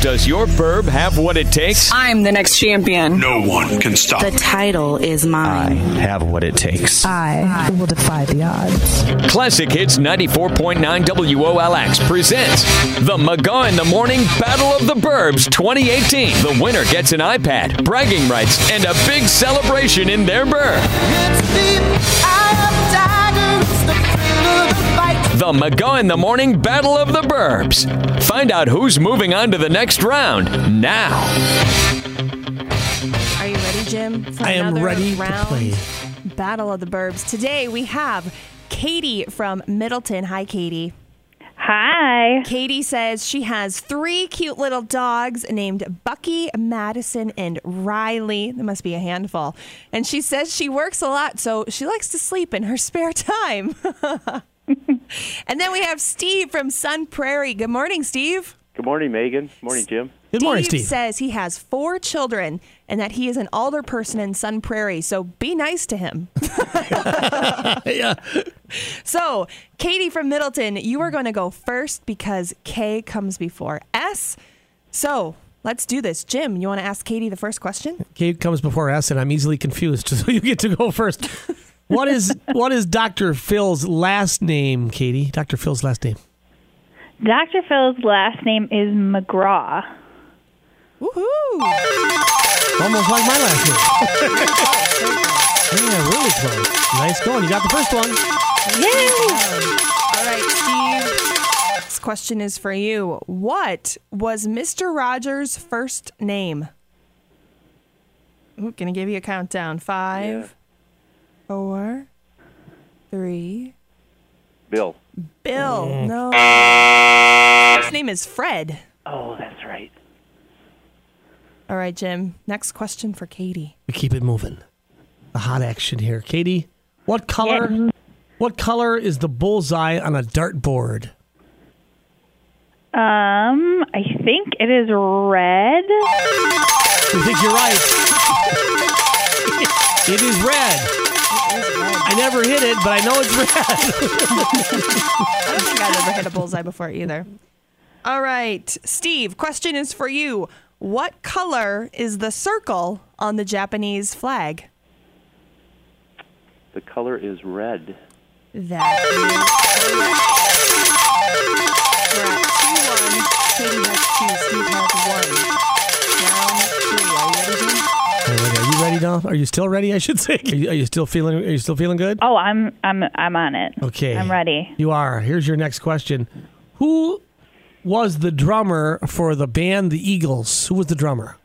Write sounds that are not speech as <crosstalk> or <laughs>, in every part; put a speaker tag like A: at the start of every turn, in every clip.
A: Does your verb have what it takes?
B: I'm the next champion.
C: No one can stop.
D: The title is
A: I
D: mine.
A: have what it takes.
E: I will defy the odds.
A: Classic Hits 94.9 WOLX presents the McGaw in the Morning Battle of the Burbs 2018. The winner gets an iPad, bragging rights, and a big celebration in their burb. The McGaw in the Morning Battle of the Burbs. Find out who's moving on to the next round now.
F: Are you ready, Jim? For
G: I am
F: another
G: ready to
F: round?
G: play.
F: Battle of the Burbs. Today we have Katie from Middleton. Hi, Katie.
H: Hi.
F: Katie says she has three cute little dogs named Bucky, Madison, and Riley. That must be a handful. And she says she works a lot, so she likes to sleep in her <laughs> spare time. and then we have Steve from Sun Prairie. Good morning, Steve.
I: Good morning, Megan. Morning, Jim.
G: Good morning, Steve.
F: says he has four children and that he is an alder person in Sun Prairie, so be nice to him. <laughs>
G: yeah.
F: So, Katie from Middleton, you are going to go first because K comes before S. So, let's do this. Jim, you want to ask Katie the first question?
G: Kate comes before us, and I'm easily confused. <laughs> So you get to go first. What is what is Dr. Phil's last name, Katie? Dr. Phil's last name.
H: Dr. Phil's last name is McGraw.
F: Woohoo!
G: Almost like my last name. <laughs> yeah, really close. Nice going. You got the first one.
F: All right, Steve. This question is for you. What was Mr. Rogers' first name? Ooh, gonna give you a countdown. Five, four, three.
I: Bill.
F: Bill. No. First name is Fred.
I: Oh, that's right.
F: All right, Jim. Next question for Katie.
G: We keep it moving. The hot action here, Katie. What color? What color is the bullseye on a dartboard?
H: Um, I think it is red.
G: You think you're right? <laughs> it is red. I never hit it, but I know it's red.
F: I don't think I've ever hit a bullseye before either. All right, Steve, question is for you. What color is the circle on the Japanese flag?
I: The color is red.
F: That is correct. We're at 2-1. Katie has two, Steve has one. Round three. Are you ready, Jim?
G: Are you ready now? Are you still ready? I should say. Are you, are you still feeling? Are you still feeling good?
H: Oh, I'm I'm I'm on it.
G: Okay.
H: I'm ready.
G: You are. Here's your next question. Who was the drummer for the band The Eagles? Who was the drummer?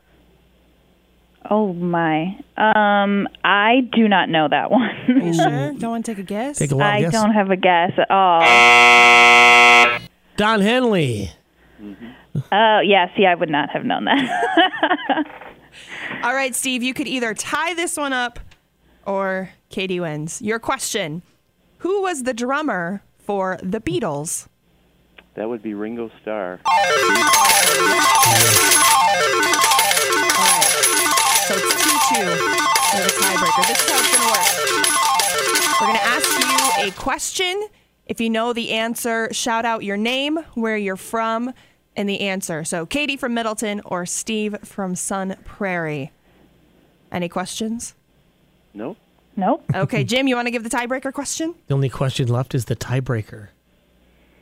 H: Oh my. Um, I do not know that
F: Are
H: one.
F: you sure? Don't want to take a guess?
G: Take a wild
H: <laughs> I
G: guess.
H: don't have a guess at all.
G: Don Henley.
H: Oh, yeah, see I would not have known that. <laughs>
F: All right, Steve, you could either tie this one up or Katie wins. Your question Who was the drummer for the Beatles?
I: That would be Ringo Starr.
F: So it's 2 2 for the tiebreaker. This is how it's going to work. We're going to ask you a question. If you know the answer, shout out your name, where you're from, and the answer. So Katie from Middleton or Steve from Sun Prairie. Any questions?
I: No?
G: <laughs>
H: nope.
F: Okay, Jim, you want to give the tiebreaker question?
G: The only question left is the tiebreaker.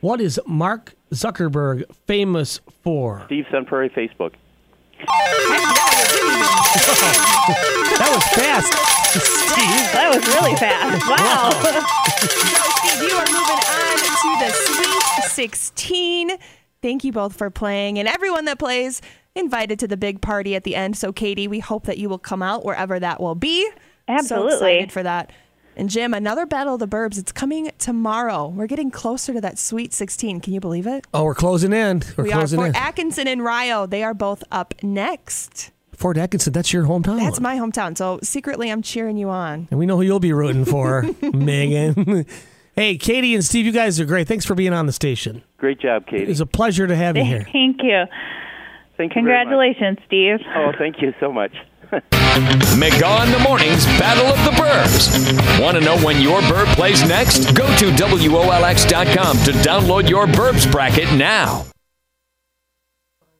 G: What is Mark Zuckerberg famous for?
I: Steve Sun Prairie Facebook.
G: That was fast.
H: That was really fast. Wow.
F: So, Steve, you are moving on to the Sweet 16. Thank you both for playing, and everyone that plays invited to the big party at the end. So, Katie, we hope that you will come out wherever that will be.
H: Absolutely.
F: So excited for that. And Jim, another battle of the burbs. It's coming tomorrow. We're getting closer to that Sweet 16. Can you believe it?
G: Oh, we're closing in. We're
F: we are
G: closing
F: for
G: in.
F: Atkinson and Ryo. They are both up next.
G: Fort Atkinson, that's your hometown.
F: That's my hometown. So secretly, I'm cheering you on.
G: and we know who you'll be rooting for, Megan. <laughs> hey, Katie and Steve, you guys are great. Thanks for being on the station.
I: Great job,
G: It
I: Katie.
G: was a pleasure to have you here.
H: Thank you.
I: Thank you very much.
H: Congratulations, Steve.
I: Oh, thank you so much.
A: McGaw in the Morning's Battle of the Burbs. Want to know when your burb plays next? Go to WOLX.com to download your burbs bracket now.